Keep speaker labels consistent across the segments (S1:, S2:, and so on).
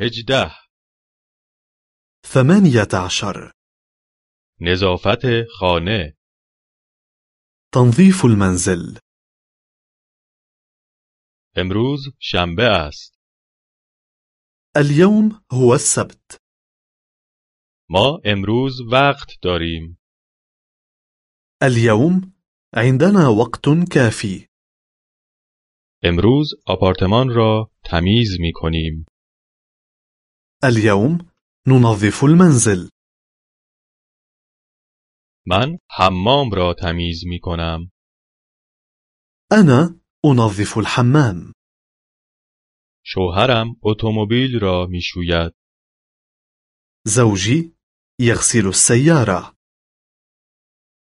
S1: هجده
S2: ثمانية عشر
S1: نظافت خانه
S2: تنظيف المنزل
S1: امروز شنبه است
S2: اليوم هو السبت
S1: ما امروز وقت داریم
S2: اليوم عندنا وقت كافي
S1: امروز آپارتمان را تمیز می کنیم
S2: اليوم ننظف المنزل
S1: من حمام را تمیز می کنم
S2: أنا أنظف الحمام
S1: شوهرم اتومبیل را می شوید
S2: زوجي يغسل السيارة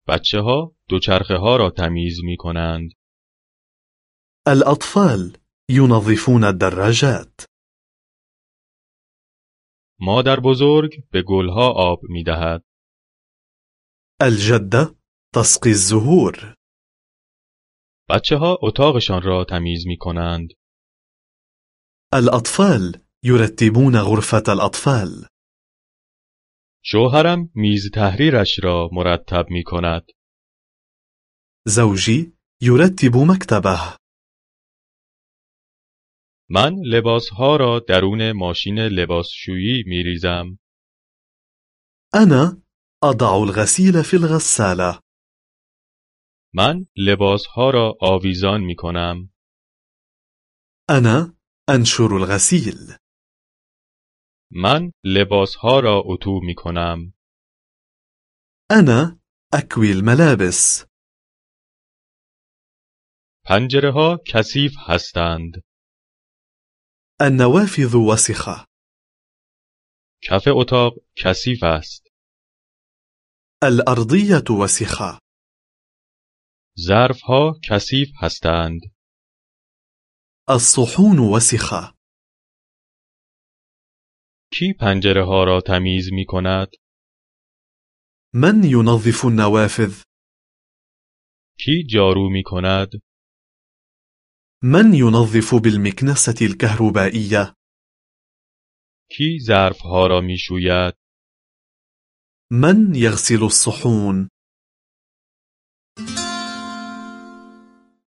S1: بچه ها دوچرخه ها را تمیز می کنند
S2: الأطفال ينظفون الدراجات
S1: مادر بزرگ به گلها آب می دهد
S2: الجدة تسقي الزهور
S1: بچه ها اتاقشان را تمیز می کنند
S2: الأطفال يرتبون غرفة الأطفال
S1: شوهرم میز تحریرش را مرتب می کند
S2: زوجي يرتب مكتبه
S1: من لباسها را درون ماشین لباسشویی می ریزم
S2: أنا أضع الغسيل في الغسالة
S1: من لباسها را آویزان می کنم
S2: أنا أنشر الغسيل
S1: من لباسها را اتو می کنم
S2: أنا أكوي الملابس
S1: پنجره ها کثیف هستند
S2: النوافذ وسخة
S1: کف اتاق کثیف است
S2: الأرضية وسخة
S1: ظرف ها کثیف هستند
S2: الصحون وسخة
S1: کی پنجره ها را تمیز می کند
S2: من ينظف النوافذ
S1: کی جارو می کند
S2: من ينظف بالمكنسة الكهربائية
S1: کی ظرف ها را می شوید
S2: من يغسل الصحون